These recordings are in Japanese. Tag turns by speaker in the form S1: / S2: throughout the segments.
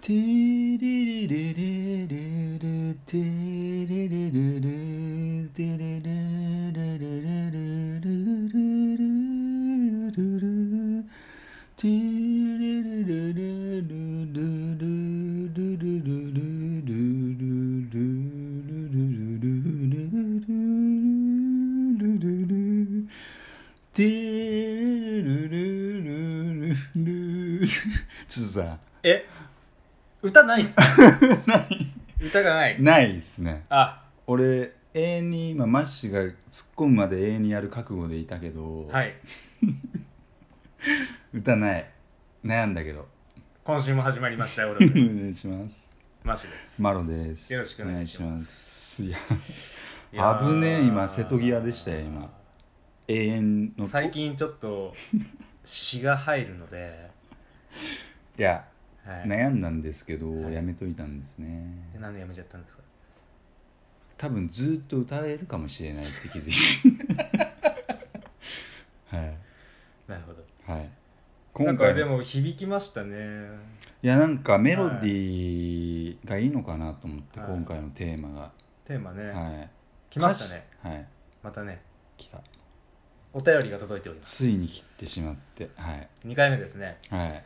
S1: テレレレレレレテレレレレテレレレレレレレレレレレテレレレレレレレレレレレテレレレレレレレちょっとさ
S2: え歌ない っすね歌がない
S1: ないですね
S2: あ
S1: 俺永遠に今マッシュが突っ込むまで永遠にやる覚悟でいたけど、
S2: はい
S1: 歌ない悩んだけど
S2: 今週も始まりましたよ
S1: お
S2: 俺も
S1: 願いします
S2: マシです
S1: マロです
S2: よろしくお願いします
S1: いや
S2: いやー
S1: 危ねえ今瀬戸際でしたよ今永遠の
S2: 最近ちょっと血が入るので、
S1: いや
S2: はい、
S1: 悩んだんですけど、
S2: はい
S1: やめといたんですね
S2: えなんでやめちゃったんですか
S1: 多分ずっと歌えるかもしれないって気づい てはい
S2: なるほど
S1: はい
S2: なん
S1: 今
S2: か
S1: 回
S2: でも響きましたね
S1: いやなんかメロディーがいいのかなと思って、
S2: はい
S1: 今回のテーマが
S2: テーマね、
S1: はい
S2: 来ましたね
S1: はい
S2: またね
S1: 来た
S2: お便りが届いております
S1: ついに切ってしまってはい
S2: 2回目ですね
S1: はい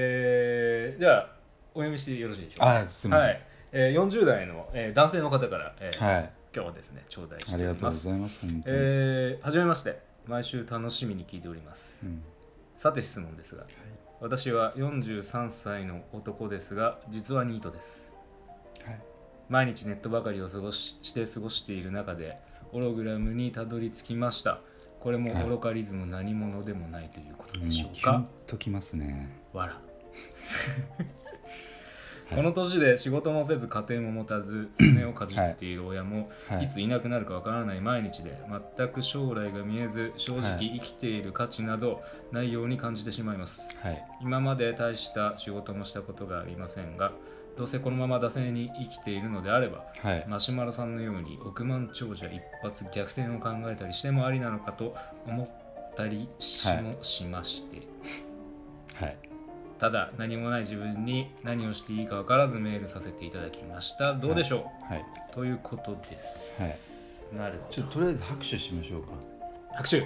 S2: えー、じゃあお読みしてよろしいでしょうか
S1: あすみませ
S2: はいえー、40代の、えー男性の方から、えー
S1: んはい、
S2: 今日はですね頂戴して
S1: あ
S2: お
S1: りが
S2: り
S1: とうご
S2: ます
S1: ざいます本当に、
S2: えーはじめまして毎週楽しみに聞いております、
S1: うん
S2: さて質問ですが、私は43歳の男ですが実はニートです
S1: はい
S2: 毎日ネットばかりを過ごしして過ごしている中でオログラムにたどり着きましたこれも
S1: はい
S2: オロカリズム何者でもないということ
S1: も
S2: で
S1: う
S2: し
S1: キ
S2: ょう
S1: ュ
S2: か、
S1: ンときますね
S2: わら
S1: はい
S2: この年で仕事もせず家庭も持たずすねをかじっている親も、、
S1: はいい
S2: ついなくなるかわからない毎日で全く将来が見えず正
S1: は
S2: 直
S1: い
S2: 生きている価値などないように感じてしまいます
S1: はい
S2: 今まで大した仕事もしたことがありませんがどうせこのまま惰性に生きているのであれば
S1: はい
S2: マシュマロさんのように億万長者一発逆転を考えたりしてもありなのかと思ったりしもしまして、
S1: はい
S2: ただ何もない自分に何をしていいか分からずメールさせていただきましたどうでしょう、
S1: はい
S2: ということです、なるほ
S1: ちょ
S2: ど
S1: っととりあえず拍手しましょうか
S2: 拍手意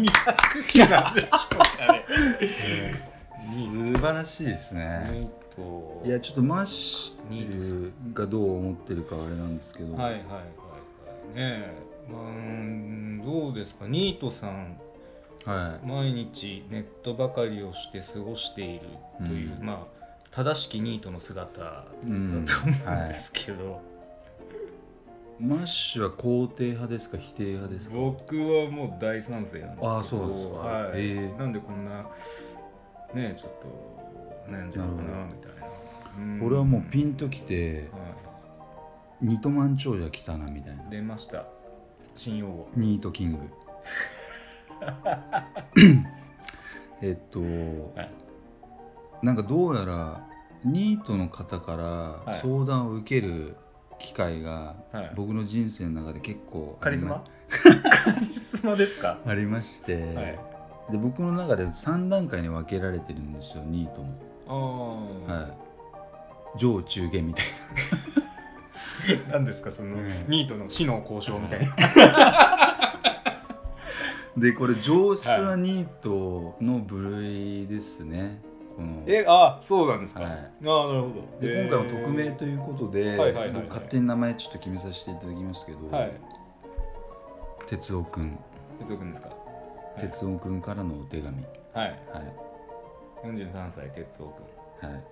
S2: 味拍手なんでしょうかね
S1: 素晴らしいですね
S2: ニート
S1: いやちょっとマッシ
S2: ニートさ
S1: ュがどう思ってるかはあれなんですけど
S2: はいはいはいはいねえまあうんどうですかニートさん
S1: は
S2: 毎日ネットばかりをして過ごしているという、
S1: うん
S2: まあ正しきニートの姿だと
S1: い、うん
S2: 思うん
S1: は
S2: で
S1: い
S2: すけど、
S1: マッシュは肯定派ですか否定派ですか
S2: 僕はもう大賛成なんですけど
S1: あそうですか
S2: はい
S1: へえ
S2: なんでこんなねちょっと悩んじゃうかな
S1: なる
S2: みたいなうん
S1: 俺はもうピンときて
S2: は
S1: ニトマン長者来たなみたいない
S2: 出ました新用語
S1: ニートキ ングえっと、
S2: はい
S1: なんかどうやらニートの方から
S2: い
S1: 相談を受ける機会が
S2: はい
S1: 僕の人生の中で結構あ
S2: カ
S1: り
S2: リ
S1: ま
S2: スマカリスマですか
S1: ありまして、
S2: はい
S1: で僕の中で3段階に分けられてるんですよニートも。
S2: ああ、
S1: はい、上中下みたい
S2: 何ですかその、
S1: うん
S2: ニートの死の交渉みたいな、
S1: なでこれ上質なニートの部類ですね、この
S2: えああそうなんですか、
S1: はい
S2: ああなるほど
S1: で今回も匿名ということで、
S2: はいはいはいはい
S1: 僕勝手に名前ちょっと決めさせていただきますけど、
S2: はい
S1: 哲夫くん
S2: 哲夫君ですかい
S1: 哲夫くんからのお手紙は
S2: はい
S1: い、
S2: 43歳哲夫君
S1: はい、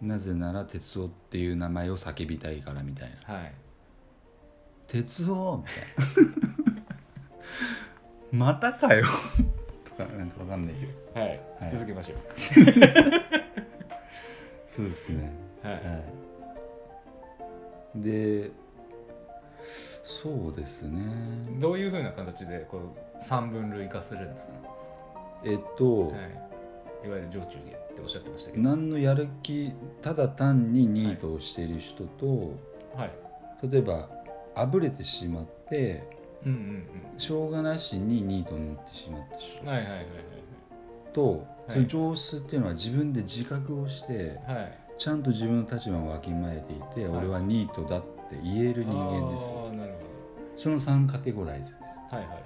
S1: なぜなら哲夫っていう名前を叫びたいからみたいな
S2: はいはい
S1: 哲夫みたいな またかよ とかなんかわかんないけど
S2: はい、
S1: はい
S2: 続けましょ
S1: そうですね
S2: う。はい。
S1: はいでそうですね
S2: どういうふうな形でこう三分類化するんですか、
S1: えっと、
S2: はい、いわゆる上中下っておっしゃってましたけど。
S1: 何のやる気ただ単にニートをしている人と、
S2: はい。
S1: 例えばあぶれてしまって
S2: うんうん
S1: しょうがなしにニートになってしまった人
S2: うん。はいはいはいはい。
S1: と、
S2: はい
S1: その上質っていうのは自分で自覚をして
S2: はい
S1: ちゃんと自分の立場をわきまえていて、
S2: はい
S1: 俺はニートだって言える人間ですよ
S2: あーなる
S1: その3カテゴライズです
S2: ほどはいはいは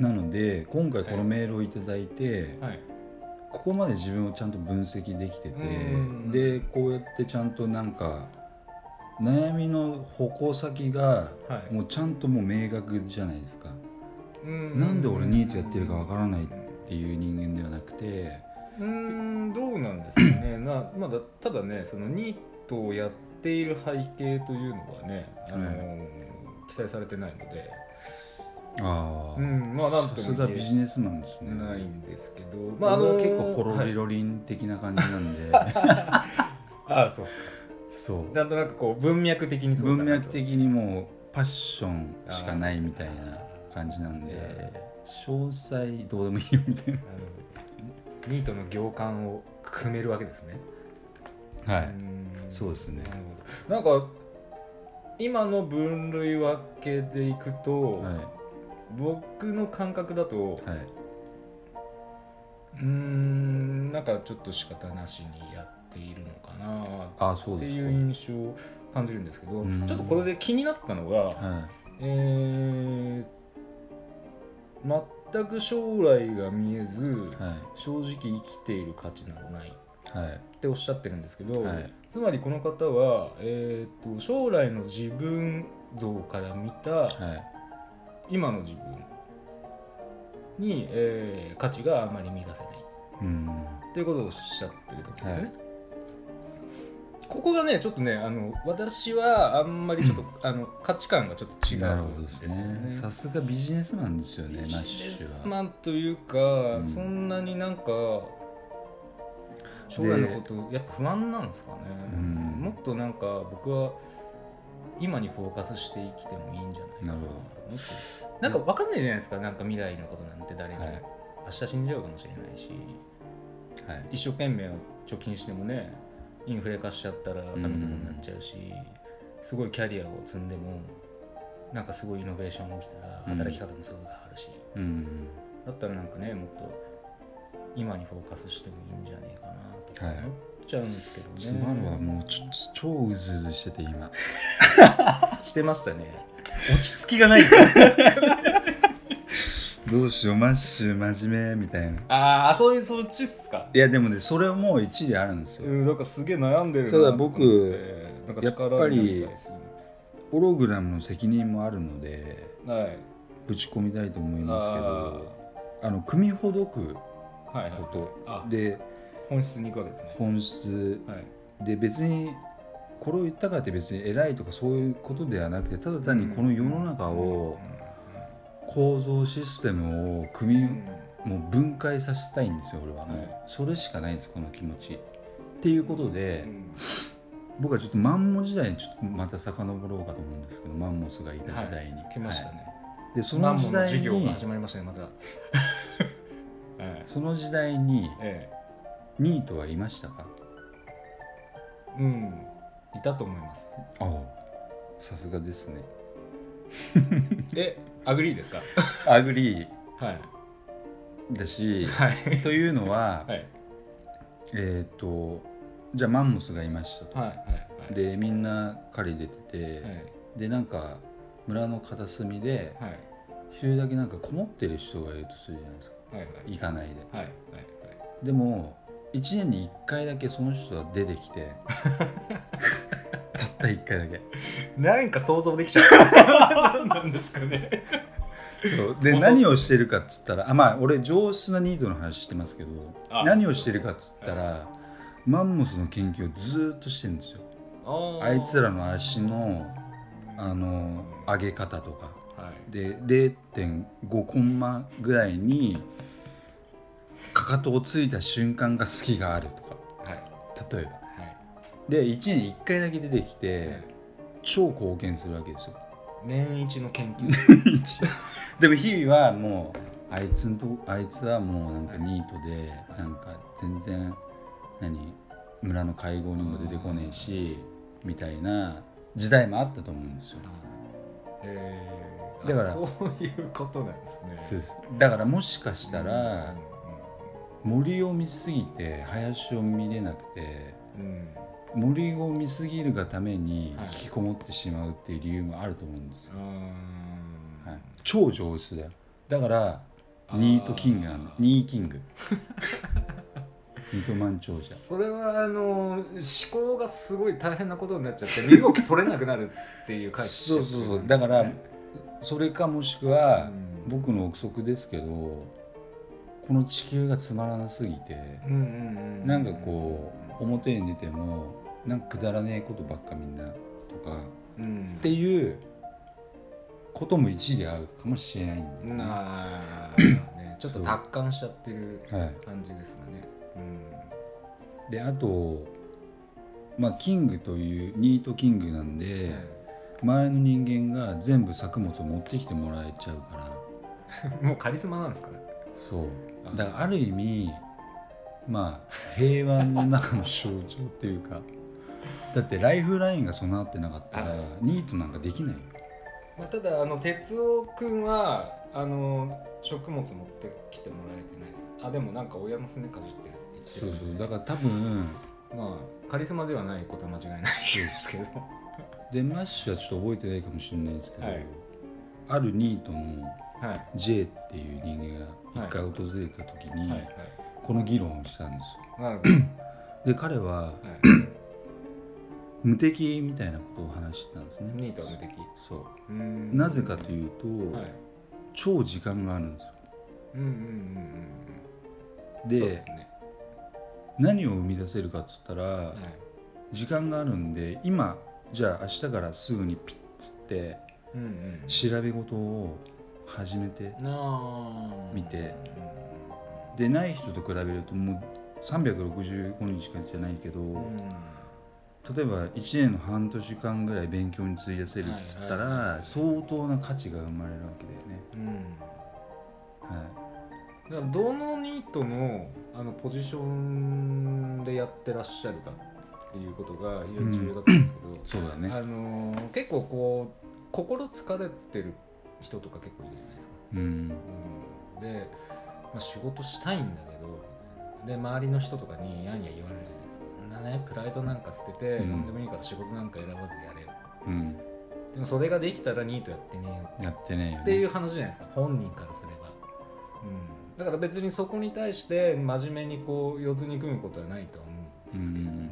S1: なので今回こ
S2: は
S1: の
S2: い
S1: メールをいただいて、
S2: いはいはい
S1: ここまで自分をちゃんと分析できてて
S2: うん
S1: でこうやってちゃんとなんか悩みの歩行先が
S2: はい
S1: もうちゃんともう明確じゃないですか
S2: うん
S1: なんで俺ニートやってるかわからないっていう人間ではなくて
S2: うーんどうなんですかね な、まあ、だただねそのニートをやっている背景というのはね、あのー記載されてないので、
S1: あ
S2: う
S1: あ
S2: ん、まあなん
S1: さ
S2: と
S1: す
S2: も
S1: が
S2: 言
S1: ビ
S2: え
S1: ジネスマンですね
S2: ないんですけど、
S1: まあ、
S2: の
S1: 結構ポロリ
S2: はい
S1: ロリン的な感じなんで、
S2: ああそう
S1: そう
S2: なんとなくこう文脈的にそうだ
S1: 文
S2: な
S1: 脈
S2: と
S1: 的にもうパッションしかないみたいな感じなんで
S2: え
S1: 詳細どうでもいいよみたい
S2: ーなるほどニートの行間を組めるわけですね
S1: なは
S2: うーん
S1: そうですね
S2: なるほどなんか今の分類分けでいくと、
S1: はい
S2: 僕の感覚だと、
S1: はいう
S2: ーんなんかちょっと仕方なしにやっているのかな
S1: あそう
S2: って
S1: です
S2: いう印象を感じるんですけど
S1: うん
S2: ちょっとこれで気になったのが、
S1: かは
S2: えー全く将来が見えず
S1: いは
S2: 正直生きている価値などないっ
S1: いはい
S2: ておっしゃってるんですけど、
S1: はい
S2: つまりこの方は、えー、と将来の自分像から見た
S1: はい
S2: 今の自分に、えー価値があまり見出せない。
S1: うん
S2: ということをおっしゃってるとこですね、ここがねちょっとねあの私はあんまり ちょっとあの価値観がちょっと違
S1: なる
S2: う
S1: ほど
S2: ん
S1: です
S2: ですよ
S1: ね
S2: ね
S1: さすがビジネスマンですよね
S2: ビ
S1: マッ
S2: ジネ
S1: シ
S2: ス
S1: ュは
S2: マンというか、
S1: うん
S2: そんなになんか将来のことやっぱ不安なんですかね、
S1: うん
S2: もっとなんか僕は今にフォーカスして生きてもいいんじゃないかな
S1: なるほど
S2: もっとなんか分かんないじゃないですかなんか未来のことなんて誰にも、
S1: はい
S2: 明日死んじゃうかもしれないし
S1: はい
S2: 一生懸命貯金してもねインフレ化しちゃったら紙くずになっちゃうし、すごいキャリアを積んでもなんかすごいイノベーションが起きたら
S1: うん
S2: 働き方もすごい変わるし、
S1: うん
S2: だったらなんかねもっと今にフォーカスしてもいいんじゃねえかなとか
S1: はい
S2: 思っちゃうんですけどね、
S1: スバルはもうちょ超うずうずしてて今
S2: してましたね落ち着きがないですよ
S1: どうしようマッシュ真面目みたいな
S2: ああそういうそっちっすか
S1: いやでもねそれも一理あるんですよ、
S2: うんなんかすげえ悩んでるな
S1: ただ僕
S2: と思ってなんか力にな
S1: やっぱ
S2: た
S1: り
S2: りする
S1: ホログラムの責任もあるので
S2: はい
S1: ぶち込みたいと思います
S2: あー
S1: けどあの組みほどく
S2: はいはい
S1: こ
S2: あ
S1: とで
S2: 本質に行くわけですね
S1: 本質
S2: はい
S1: で別にこれを言ったからって別に偉いとかそういうことではなくてただ単にこの世の中を構造システムを組
S2: うん
S1: みもう分解させたいんですよ俺はもう、
S2: はい
S1: それしかないんですこの気持ちっていうことで、
S2: うん
S1: 僕はちょっとマンモ時代にちょっとまた遡ろうかと思うんですけどマンモスがいた時代に、
S2: 来ました
S1: はい
S2: ね
S1: でそ
S2: マ
S1: の
S2: ンモ
S1: 時
S2: の
S1: 代
S2: 授業が
S1: に
S2: 始まりましたね またはい
S1: その時代に
S2: え
S1: ニートはいましたか
S2: えうんいたと思います
S1: ああさすがですね
S2: えアグリーですか
S1: アグリー
S2: はい
S1: だ し
S2: はい
S1: というのは、
S2: はい
S1: えっ、とじゃあマンモスがいましたと、
S2: はいはい
S1: でみんな狩り出てて、
S2: はい
S1: でなんか村の片隅で
S2: はい
S1: 一人だけなんかこもってる人がいるとするじゃないですか
S2: はいはい
S1: 行かないで
S2: はいはいはい
S1: でも1年に1回だけその人は出てき てたった1回だけ
S2: なんか想像できちゃった何なんですかね
S1: そうで
S2: 遅っ
S1: 何をしてるかっつったらあまあ俺上質なニートの話してますけど
S2: あ
S1: 何をしてるかっつったら、マンモスの研究をずーっとしてるんですよあいつらの足のあの上げ方とか
S2: はい
S1: で0.5コンマぐらいにかかとをついた瞬間が隙があるとか
S2: はい
S1: 例えば
S2: はい
S1: で1年に1回だけ出てきて、
S2: はい
S1: 超貢献するわけですよ
S2: 年一の研究
S1: でも日々はもうあいつんとこあいつはもうなんかニートでなんか全然何村の会合にも出てこねえしみたいな時代もあったと思うんですよ
S2: えーあ
S1: だから
S2: そういうことなんですね
S1: そうですだからもしかしたら
S2: うん
S1: 森を見すぎて林を見れなくて
S2: うん
S1: 森を見すぎるがために
S2: はい
S1: 引きこもってしまうっていう理由もあると思うんですよ、
S2: あ
S1: はい、超上質だよだからニートキングなの
S2: あー
S1: ニーキ ングニート満潮
S2: ー
S1: 者
S2: それはあの思考がすごい大変なことになっちゃって身動き取れなくなるっていう解釈
S1: そうそうそうだからそれかもしくは、
S2: うん
S1: 僕の憶測ですけどこの地球がつまらなすぎて、
S2: うんうんう
S1: なんかこう表に出てもなんかくだらねえことばっかみんなとか
S2: う、うん
S1: っ、ていうことも一理あるかもしれないんだよね
S2: なあ、ね、 ちょっと達観しちゃってる
S1: はい、
S2: 感じですかね。
S1: であとまあキングというニートキングなん
S2: うん
S1: で、前の人間が全部作物を持ってきてもらえちゃうから
S2: はいもうカリスマなんですかね。
S1: そうだからある意味まあ平和の中の象徴っていうかだってライフラインが備わってなかったらニートなんかできないよ
S2: まあ、ただあの哲夫君はあの食物持ってきてもらえてないです。あでもなんか親のすねかじってるって
S1: そう
S2: 言って
S1: そうだから多分
S2: る。まあカリスマではないことは間違いないですけど。は
S1: でマッシュはちょっと覚えてないかもしれないですけど、
S2: はい
S1: あるニートの
S2: い
S1: J っていう人間が一回訪れた時に、
S2: はい
S1: この議論をしたんですよ
S2: はい。なるほど。
S1: で彼は
S2: はい、
S1: 無敵みたいなことを話してたんですね
S2: ニートは無敵。
S1: そううんなぜかというと、
S2: はい。
S1: 超時間があるんですよ
S2: うんうんうん
S1: で
S2: うんうん。そうですね。
S1: 何を生み出せるかっつったら、
S2: はい。
S1: 時間があるんで今じゃあ明日からすぐにピッつって
S2: うんうん。
S1: 調べ事を始めて
S2: あー
S1: 見てでない人と比べるともう365日間じゃないけど、
S2: うんうん
S1: 例えば1年の半年間ぐらい勉強に費やせるっつったら、
S2: はいはいはい
S1: 相当な価値が生まれるわけだよね。
S2: うん
S1: は
S2: だからどのニートのあのポジションでやってらっしゃるかっていうことが非常に重要だったんですけど、
S1: い、そうだね、
S2: あのー結構こう心疲れてる人とか結構いるじゃないですか、
S1: うん
S2: うん、で、まあ、仕事したいんだけどで周りの人とかにやんや言われるじゃないですかそんなねプライドなんか捨てて、
S1: うん
S2: 何でもいいから仕事なんか選ばずやれよ
S1: うん、
S2: でもそれができたらニートやってねえ
S1: や
S2: よ
S1: ってねえよね
S2: っていう話じゃないですか本人からすれば、うん、だから別にそこに対して真面目にこう四つに組むことはないとは思うんですけれども、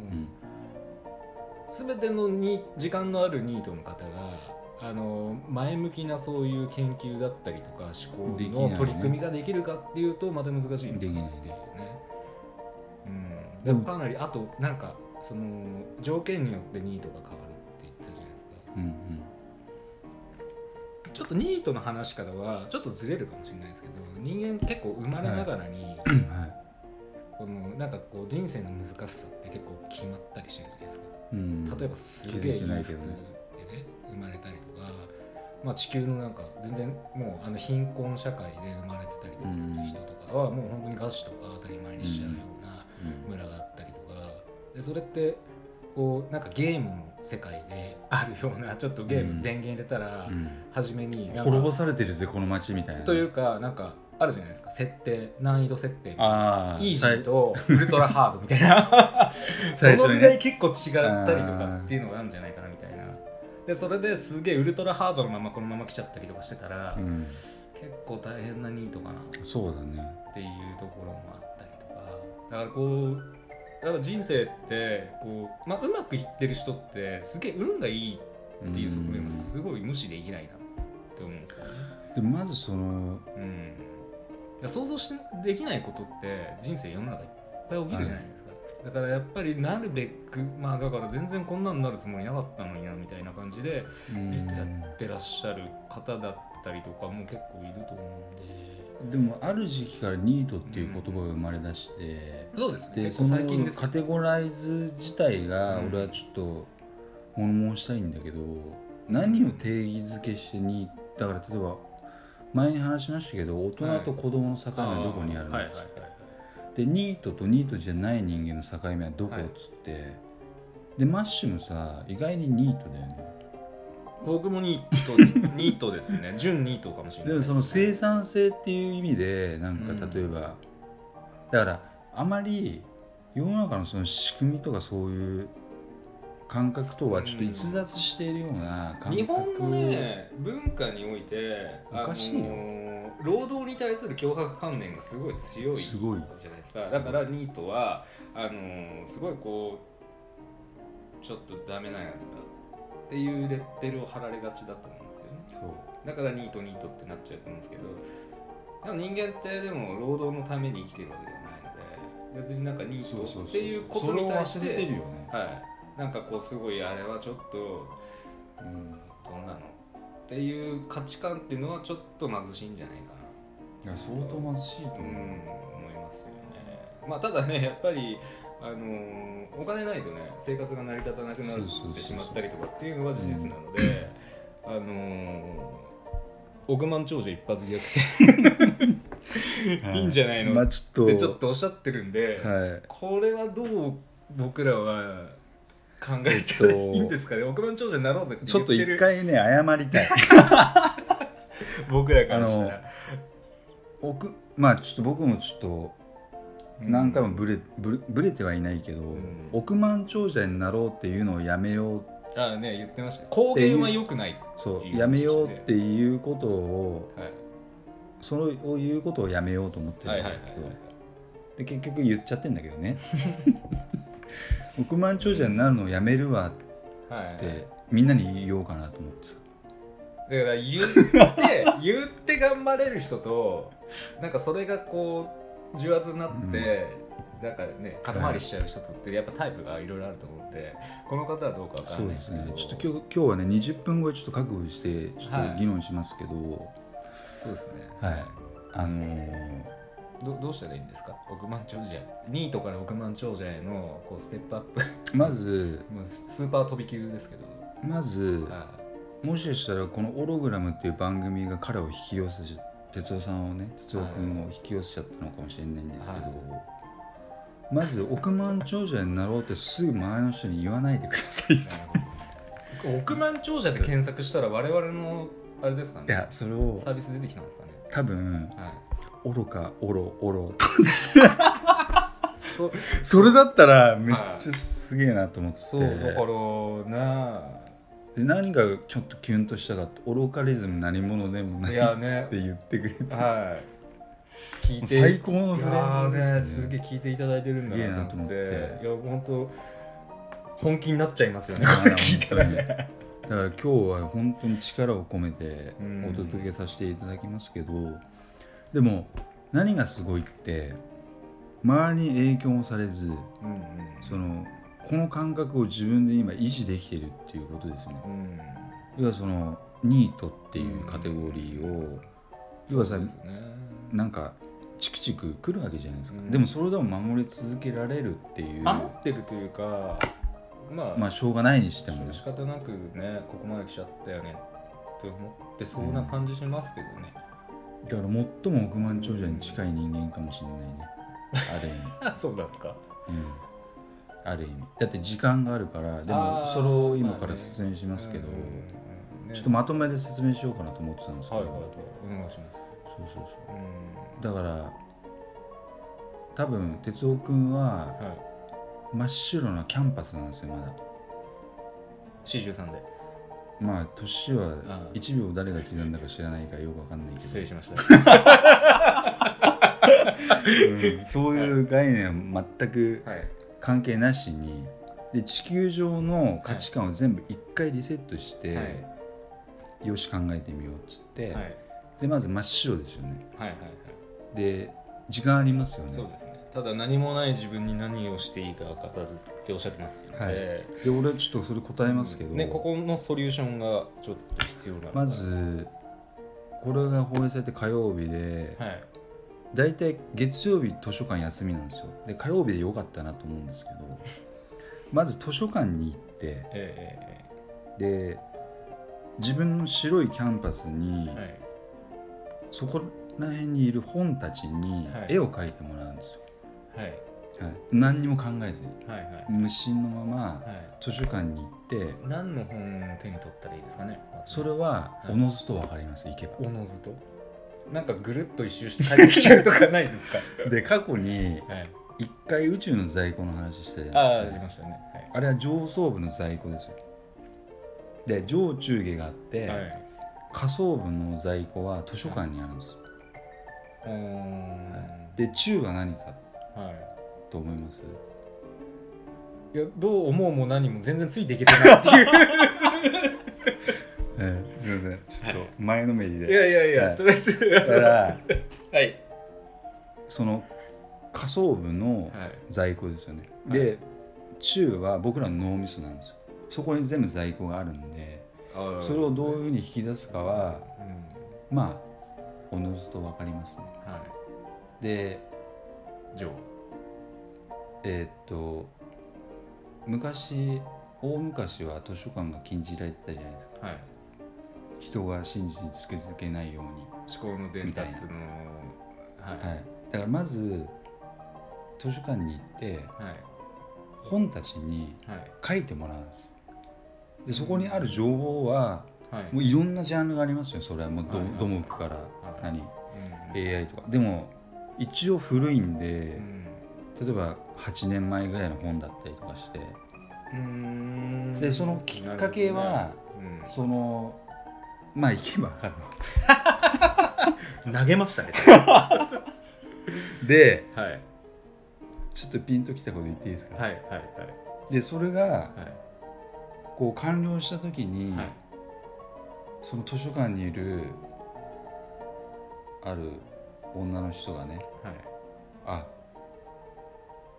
S2: 全てのに時間のあるニートの方があの前向きなそういう研究だったりとか思
S1: できな
S2: 考
S1: いね
S2: の取り組みができるかっていうとまた難しいんだ
S1: できないね
S2: っていうね。うん、
S1: で
S2: で
S1: も
S2: もかなりあとなんかその条件によってニートが変わるって言ってたじゃないですか。
S1: うんうん
S2: ちょっとニートの話からはちょっとずれるかもしれないですけど人間結構生まれながらに、
S1: うん、はい、
S2: このなんかこう人生の難しさって結構決まったりしてるじゃないですか、
S1: うん、
S2: 例えばすげ
S1: 気
S2: え
S1: づいて
S2: 裕
S1: ない
S2: 福
S1: け
S2: で
S1: どね
S2: ね生まれたりとか、まあ、地球のなんか全然もうあの貧困社会で生まれてたりとかする人とかはもう本当に餓死とか当たり前にしちゃうような
S1: うん、
S2: 村があったりとかでそれってこうなんかゲームの世界であるようなちょっとゲー
S1: うん
S2: ム電源入れたら
S1: うん
S2: 初めになんか
S1: 滅ぼされてるぜこの街みたいな
S2: というかなんかあるじゃないですか設定難易度設定
S1: ああ
S2: イージーとウルトラハードみたいな そ
S1: 最初に
S2: の
S1: ね
S2: ぐらい結構違ったりとかっていうのがあるんじゃないかなみたいなでそれですげえウルトラハードのままこのまま来ちゃったりとかしてたら、
S1: うん、
S2: 結構大変なニートかな
S1: そうだね
S2: っていうところもあったりとかだからこうだから人生ってこう、まあ、うまくいってる人ってすげえ運がいいっていう側面もすごい無視できないなって思うんですよね。
S1: でまずその
S2: うん、いや想像しできないことって人生世の中いっぱい起きるじゃないですか、だからやっぱりなるべくまあだから全然こんなんなるつもりなかったのになみたいな感じで
S1: うん
S2: ニートやってらっしゃる方だったりとかも結構いると思うんで
S1: でもある時期からニートっていう言葉が生まれ出して、
S2: そうです
S1: で
S2: ね結
S1: そ
S2: 構最近
S1: の
S2: です
S1: カテゴライズ自体が
S2: うん
S1: 俺はちょっと物申したいんだけど、何を定義づけしてにだから例えば前に話しましたけど大人と子供の境目はどこにあるの
S2: はい
S1: か
S2: はいはい
S1: でニートとニートじゃない人間の境目はどこっ
S2: はい
S1: つって、でマッシュもさ意外にニートだよね
S2: 僕もニートニートですね純ニートかもしれない
S1: でもその生産性っていう意味でなんか
S2: うん
S1: 例えば、だからあまり世の中のその仕組みとかそういう感覚とはちょっと逸脱しているような感覚
S2: 日本のね文化において
S1: おかしいよ
S2: あのー労働に対する脅迫観念がすごい強い
S1: すごい
S2: じゃないですかだからニートはあのーすごいこうちょっとダメなやつだっていうレッテルを貼られがちだと思うんですよね
S1: そう
S2: だからニートニートってなっちゃうと思うんですけどでも人間ってでも労働のために生きてるわけではないので別になんかニ
S1: そうそう
S2: ー
S1: そ
S2: ト
S1: う
S2: っていうことに対し
S1: それを忘れて
S2: て
S1: るよね、
S2: はいなんかこうすごいあれはちょっと
S1: うん
S2: どんなのっていう価値観っていうのはちょっと貧しいんじゃないか
S1: いや相当貧しいと
S2: なと、う
S1: 思う、
S2: ん、思いますよね。まあ、ただねやっぱり、あのーお金ないとね生活が成り立たなくな
S1: そうそうそう
S2: っ
S1: そ
S2: て
S1: う
S2: しまったりとかっていうのは事実なので、あのー億万長者一発逆
S1: は
S2: 転いいんじゃないの、
S1: まあ
S2: っ
S1: ちょっと
S2: てちょっとおっしゃってるんで、
S1: はい
S2: これはどう僕らは考えたらいいんですかね、億万長者になろうぜって
S1: ちょっ
S2: 言って
S1: と一
S2: る
S1: 回ね謝りたい
S2: 僕らからしたら。
S1: 奥まあちょっと僕もちょっと何回もブレブレブレてはいないけど、
S2: ん
S1: 億万長者になろうっていうのをやめよう
S2: ああね言ってましたね公言は良くない
S1: そ
S2: っていうう
S1: やめようっていうことを
S2: はい
S1: そのを言うことをやめようと思って
S2: は
S1: る
S2: い
S1: ん
S2: は
S1: だ
S2: いはい
S1: け
S2: は
S1: どで結局言っちゃってんだけど ね億万長者になるのをやめるわっ
S2: いはい
S1: てみんなに言おうかなと思ってさ
S2: だから言って 言って頑張れる人となんかそれがこう重圧になって、なんかね肩回りしちゃう人とってやっぱタイプがいろいろあると思ってこの方はどうかわから
S1: そう
S2: ない
S1: ですねちょっ
S2: 今
S1: と今日今日はね20分後ちょっと覚悟してちょっと議論しますけど、
S2: 日そうですね
S1: はいあのー
S2: どどうしたらいいんですか億万長者ニートから億万長者へのこうステップアップ
S1: まず
S2: もうススーパー飛び級ですけど、
S1: まず
S2: は
S1: もしかしたらこの「オログラム」っていう番組が彼を引き寄せちゃ哲夫さんをね哲夫君を引き寄せちゃったのかもしれないんですけど、
S2: はい
S1: まず億万長者になろうってすぐ周りの人に言わないでくださ い
S2: いなるほど億万長者で検索したら我々のあれですかね
S1: いやそれを
S2: サービス出てきたんですかね。
S1: 多分
S2: はい、
S1: 愚かオロオロ それだったらめっちゃすげえなと思って、
S2: そうだからな
S1: で何がちょっとキュンとしたかって愚かリズム何者でもないい
S2: や
S1: っ
S2: ね
S1: て言ってくれて
S2: はい聞いて
S1: 最高の
S2: い
S1: フレ
S2: や
S1: ーズ
S2: ーね
S1: ですね
S2: すげえ聞いていただいてるんだなと思って
S1: すげえなと
S2: いや本当本気になっちゃいますよね
S1: いや
S2: これ聞いたらね
S1: だから今日は本当に力を込めて
S2: うん
S1: お届けさせていただきますけど、でも何がすごいって周りに影響もされず
S2: うんうん
S1: そのこの感覚を自分で今維持できてるっていうことですね
S2: うん
S1: 要はそのニートっていうカテゴリーを、要はさ
S2: そうですね
S1: なんかチクチク来るわけじゃないですか、
S2: うん
S1: でもそれでも守り続けられるっていう
S2: 守ってるというかまあ、
S1: まあしょうがないにしてもね
S2: 仕方なくねここまで来ちゃったよねって思ってそうな感じしますけどね、
S1: だから最も億万長者に近い人間かもしれないねある意味
S2: そうなんですか
S1: うんある意味だって時間があるからで
S2: あ
S1: も
S2: ー
S1: それを今から説明しますけど、
S2: うんうんうんね
S1: ちょっとまとめで説明しようかなと思ってたんですけ
S2: は
S1: ど、
S2: いはいはいお願いします
S1: そうそうそ
S2: うん
S1: うだから多分哲夫君は
S2: はい
S1: 真っ白なキャンパスなんですよまだ
S2: 四十三で
S1: まあ年は
S2: あー
S1: 1秒誰が刻んだか知らないからよくわかんないけど
S2: 失礼しました。
S1: うんそういう概念は全く
S2: はい。
S1: 関係なしにで地球上の価値観を全部一回リセットして、よし考えてみようっつって、
S2: はいはい
S1: でまず真っ白ですよね
S2: はいはい。
S1: で時間ありますよね
S2: そうですね。ただ何もない自分に何をしていいか分からずっておっしゃってますので。
S1: はいで俺ちょっとそれ答えますけど、
S2: ねここのソリューションがちょっと必要なのかな
S1: まずこれが放映されて火曜日で、
S2: はい
S1: だいたい月曜日図書館休みなんですよで火曜日でよかったなと思うんですけど まず図書館に行って
S2: え
S1: で自分の白いキャンパスに、
S2: えええ
S1: そこら辺にいる本たちに
S2: はい
S1: 絵を描いてもらうんですよ、
S2: えはい
S1: はい何にも考えずに
S2: はいはいはい
S1: 無心のまま
S2: はい。
S1: 図書館に行って
S2: 何の本を手に取ったらいいですかね。まず
S1: それは
S2: はい
S1: おのずと分かります、行けば
S2: おのずと。なんかぐるっと一周して帰ってきちゃうとかないですか
S1: で過去に
S2: はい
S1: 一回宇宙の在庫の話してる
S2: ああ出ましたねはい
S1: あれは上層部の在庫ですよで上中下があって、
S2: はい
S1: 下層部の在庫は図書館にあるんですよ
S2: うーん
S1: で中は何か
S2: は
S1: と思います
S2: いいやどう思うも何も全然ついていけてないっていう
S1: ええすいませんちょっ
S2: はい
S1: と前のめり
S2: いやいやいや、
S1: はい
S2: とりあえず
S1: だから
S2: はい
S1: その下層部の
S2: はい
S1: 在庫ですよね、
S2: はい
S1: で中は僕らの脳みそなんですよそこに全部在庫があるんでそれをどういうふうに引き出すかは
S2: うん
S1: まあおのずと分かりますね
S2: は
S1: で
S2: い上
S1: えーっと昔大昔は図書館が禁じられてたじゃないですか
S2: はい
S1: 人が真実につけ続けないよう
S2: 思考の伝達のはい
S1: に、はい、だからまず図書館に行って
S2: はい
S1: 本たちに
S2: はい
S1: 書いてもらうんですよでそこにある情報は
S2: はい
S1: もういろんなジャンルがありますよそれはもうど
S2: はいはい
S1: 土木から
S2: い
S1: 何
S2: うん
S1: AI とかでも一応古いんで
S2: うん
S1: 例えば8年前ぐらいの本だったりとかして
S2: うん
S1: でそのきっかけはそのまあ行けば分かる
S2: うん投げましたね
S1: ので
S2: はい
S1: ちょっとピンときたこと言っていいですか、
S2: はいはいはい
S1: でそれが
S2: はい
S1: こう完了した時に、
S2: はい
S1: その図書館にいるある女の人がねあ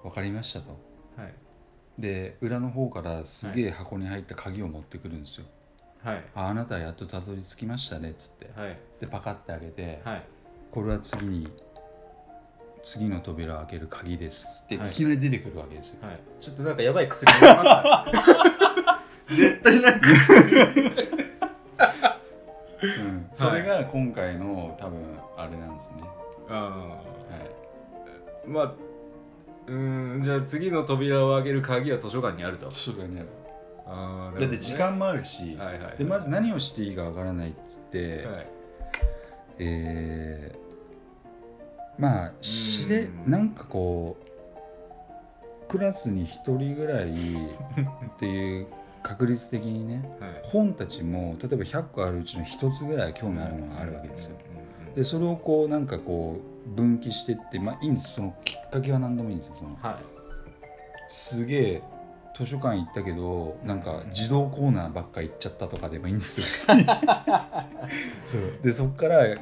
S1: 分かりましたと
S2: はい
S1: で裏の方からすげえ箱に入った鍵を持ってくるんですよ、
S2: はい
S1: ああなたはやっとたどり着きましたねっつって
S2: はい
S1: でパカッて開けて、
S2: はい
S1: これは次に次の扉を開ける鍵ですっつって、
S2: はい
S1: い、きなり出てくるわけですよ
S2: はいちょっとなんかやばい薬飲みました ね絶対なんか
S1: うんそれが今回の多分あれなんですね。
S2: あ
S1: はい、
S2: ーまあうーんじゃあ次の扉を開ける鍵は図書館にあると
S1: それがね
S2: あー
S1: だって時間もあるし、
S2: なるほどねはいはいはい
S1: でまず何をしていいかわからないっつって、
S2: はい
S1: えーまあ知れ
S2: うん
S1: なんかこうクラスに1人ぐらいっていう確率的に ね
S2: はい
S1: 本たちも例えば100個あるうちの1つぐらい興味あるものがあるわけですよ。
S2: うんうんうん
S1: でそれをこうなんかこう分岐してってまあいいんですそのきっかけは何でもいいんですよその
S2: はい
S1: すげえ図書館行ったけどなんか児童コーナーばっか行っちゃったとかでもいいん ですよ そうでそっから
S2: はいはい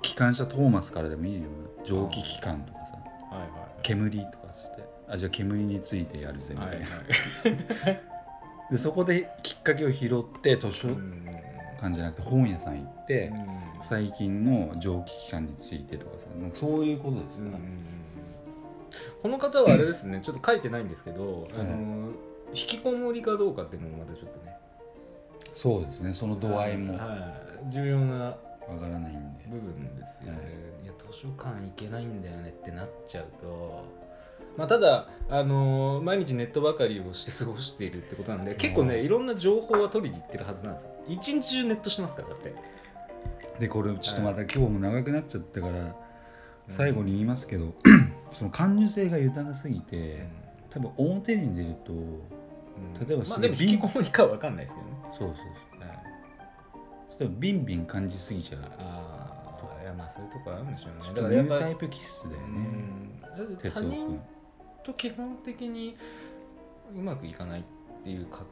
S1: 機関車トーマスからでもいいよ蒸気機関とかさ
S2: はい
S1: 煙とかつってあじゃあ煙についてやるぜみた
S2: はい
S1: いな、
S2: はい
S1: でそこできっかけを拾って図書
S2: うんうん
S1: 館じゃなくて本屋さん行って、
S2: うん
S1: 最近の蒸気機関についてとかさなんかそういうことですよね、
S2: この方はあれですね、ちょっと書いてないんですけど、あ
S1: は
S2: の
S1: い
S2: 引きこもりかどうかっていうのもまたちょっとね、
S1: そうですねその度合いもわ
S2: はい重要な
S1: からないんで、
S2: 部分ですよね、、
S1: はい
S2: や図書館行けないんだよねってなっちゃうと、まあ、ただ、あのー毎日ネットばかりをして過ごしているってことなんで結構ね
S1: うん
S2: いろんな情報は取りに行ってるはずなんですよ一日中ネットしてますからだって
S1: でこれちょっとまた今日も長くなっちゃったから、最後に言いますけど、その感受性が豊かすぎ
S2: うん
S1: て多分表に出ると
S2: うん
S1: 例えば
S2: まあ
S1: す
S2: で
S1: げえ
S2: も引きこもりかは分かんないですけどね、
S1: そうそう
S2: はい
S1: そう例えばビンビン感じすぎちゃう
S2: ああいやまあそういうとこあるんでしょう
S1: ちょっ
S2: ね
S1: と
S2: だからやっ
S1: ニュ
S2: ぱ
S1: ータイプ気質だよね
S2: うんだって
S1: 哲
S2: 他
S1: 夫
S2: 人
S1: 君
S2: と基本的にうまくいかないっていう方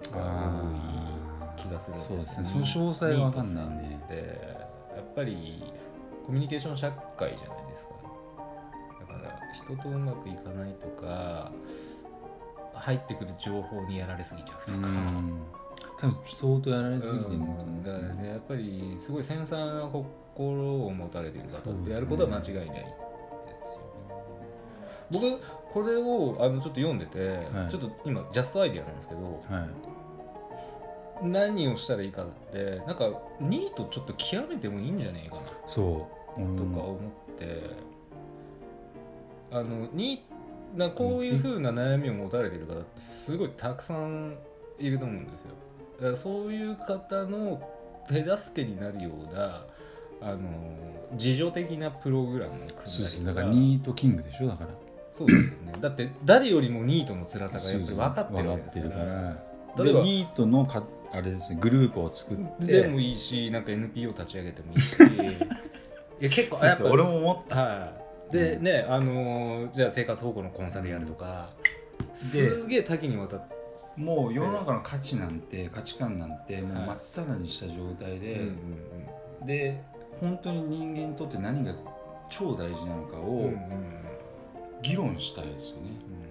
S1: あ
S2: 多い
S1: ー
S2: 気がするん
S1: そうですね
S2: ね
S1: その詳細は分かんないね
S2: ニートさんってやっぱりコミュニケーション社会じゃないですかだから人とうまくいかないとか入ってくる情報にやられすぎちゃうと
S1: う
S2: か、
S1: ん多分相当やられすぎてる
S2: うん
S1: のか
S2: だか
S1: な、
S2: らねやっぱりすごい繊細な心を持たれている
S1: そ
S2: 方
S1: うです
S2: で
S1: ね
S2: やることは間違いないですよ、ね、僕これをあのちょっと読んでて、
S1: はい
S2: ちょっと今ジャストアイディアなんですけど
S1: はい
S2: 何をしたらいいかってなんかニートちょっと極めてもいいんじゃねえかなと
S1: そう、うん
S2: か思って、あのになんかこういうふうな悩みを持たれている方ってすごいたくさんいると思うんですよ。だからそういう方の手助けになるようなあの自助的なプログラムを組んだりとか
S1: そうそうだからニートキングでしょだから
S2: そうですよねだって誰よりもニートの辛さがやっぱり分かってるわ
S1: わか
S2: けで
S1: っ
S2: す
S1: て
S2: か
S1: る
S2: ら
S1: から
S2: 例えば
S1: でニートのかあれですねグループを作って
S2: でもいいしなんか NPO 立ち上げても いいしいや結構
S1: そう
S2: やっ
S1: そ
S2: ぱ
S1: う俺も思っ
S2: はい、で、
S1: うん
S2: ねあのーじゃあ生活保護のコンサルやるとか、すげえ多岐にわたって、
S1: たもう世の中の価値なんて価値観なんても
S2: は
S1: う
S2: い
S1: まっさらにした状態で、
S2: うん
S1: で本当に人間にとって何が超大事なのか
S2: うんうん
S1: を
S2: うんうん
S1: 議論したいですよね、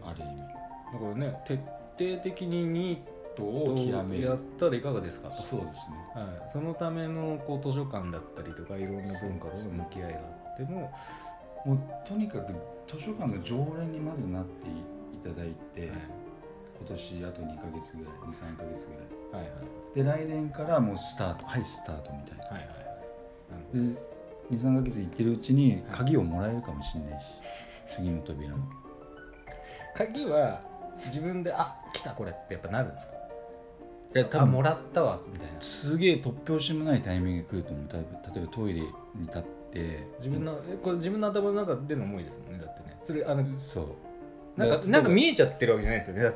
S2: うん
S1: ある意味
S2: だからね徹底的にニートを
S1: 極める
S2: やったらいかがですかと、
S1: そうですね
S2: はい、そのためのこう図書館だったりとかいろんな文化との向き合いがあっても、
S1: もうとにかく図書館の常連にまずなっていただいて、今年あと2ヶ月ぐらい23ヶ月ぐらい
S2: はいはい
S1: で来年からもうスタートはいスタートみたいな
S2: はいはいはい
S1: で23ヶ月行ってるうちに
S2: はい
S1: 鍵をもらえるかもしれないし次の扉も
S2: 鍵は自分で「あ来たこれ」ってやっぱなるんですか
S1: いや
S2: あもらったわみたいな
S1: すげえ突拍子もないタイミングが来ると思うた例えばトイレに立って
S2: 自分のえこれ自分の頭の中での思いですもんねだってねそれあの
S1: そう
S2: なんか
S1: だ
S2: なんから見えちゃってるわけじゃないですよねだっ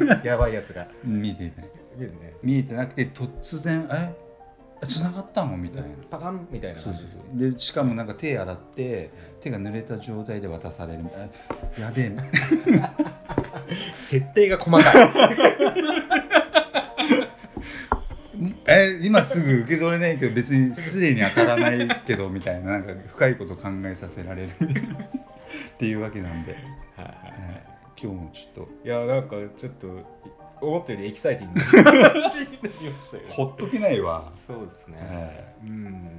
S2: て ねやばいやつが
S1: 見てない
S2: 見えてね
S1: 見えてなくて突然え繋がったのみたいな
S2: パカンみたいな
S1: そう
S2: 感じ
S1: そう
S2: ですよね
S1: そうでしかもなんか手洗って手が濡れた状態で渡されるみたいなやべえ
S2: 設定が細か い
S1: え今すぐ受け取れないけど別にすでに当たらないけどみたいななんか深いこと考えさせられるっていうわけなんで、はい今日もちょっ
S2: いやなんかちょっと思ったよりエキサイ ティングな話になりましたよ
S1: とほっとけないわ
S2: そうですね、
S1: は
S2: うん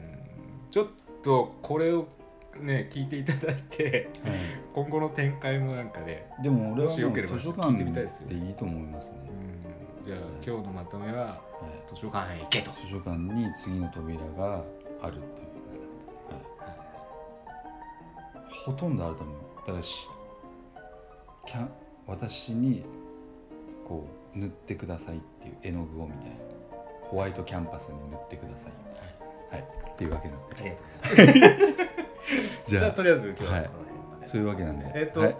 S2: ちょっとこれをね聞いていただいて今後の展開もなんかね、
S1: でも俺は
S2: もしよ
S1: も
S2: け
S1: う
S2: れば
S1: 図書
S2: 聞
S1: 館
S2: いて
S1: で
S2: みたいですよ
S1: いいと思いますね
S2: う、ん、じゃあ今日のまとめは
S1: はい
S2: 図書館へ行けと
S1: 図書館に次の扉があるっていう、はいほとんどあると思うだからしキャン私にこう塗ってくださいっていう絵の具をみたいなホワイトキャンパスに塗ってください、はいっていうわけなんで
S2: ありがとうございます
S1: じ
S2: じゃあ
S1: ゃ
S2: とりあえず今日はこの辺ま
S1: あ
S2: で。
S1: そういうわけなんで、
S2: えっと
S1: はい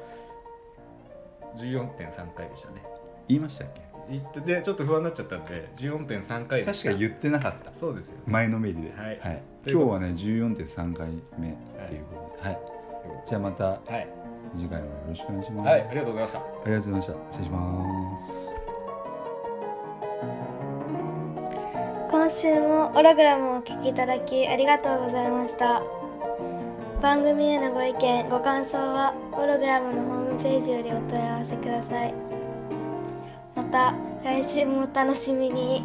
S2: 14.3回でしたね。
S1: 言いましたっ
S2: 言ってでちょっと不安になっちゃったんで14.3回
S1: け
S2: で
S1: 確
S2: した。
S1: か言ってなかった
S2: そうですよ、ね。
S1: 前のめりで、
S2: はいという
S1: 今
S2: こ
S1: 日
S2: と
S1: はね14.3回目っていうことで、はいじゃあまた
S2: はい、
S1: 次回もよろしくお願いします、
S2: はい、ありがとうございました。
S1: ありがとうございました。失礼します。
S3: 今週もオログラムをお聴きいただきありがとうございました番組へのご意見ご感想はオログラムのホームページよりお問い合わせくださいまた来週もお楽しみに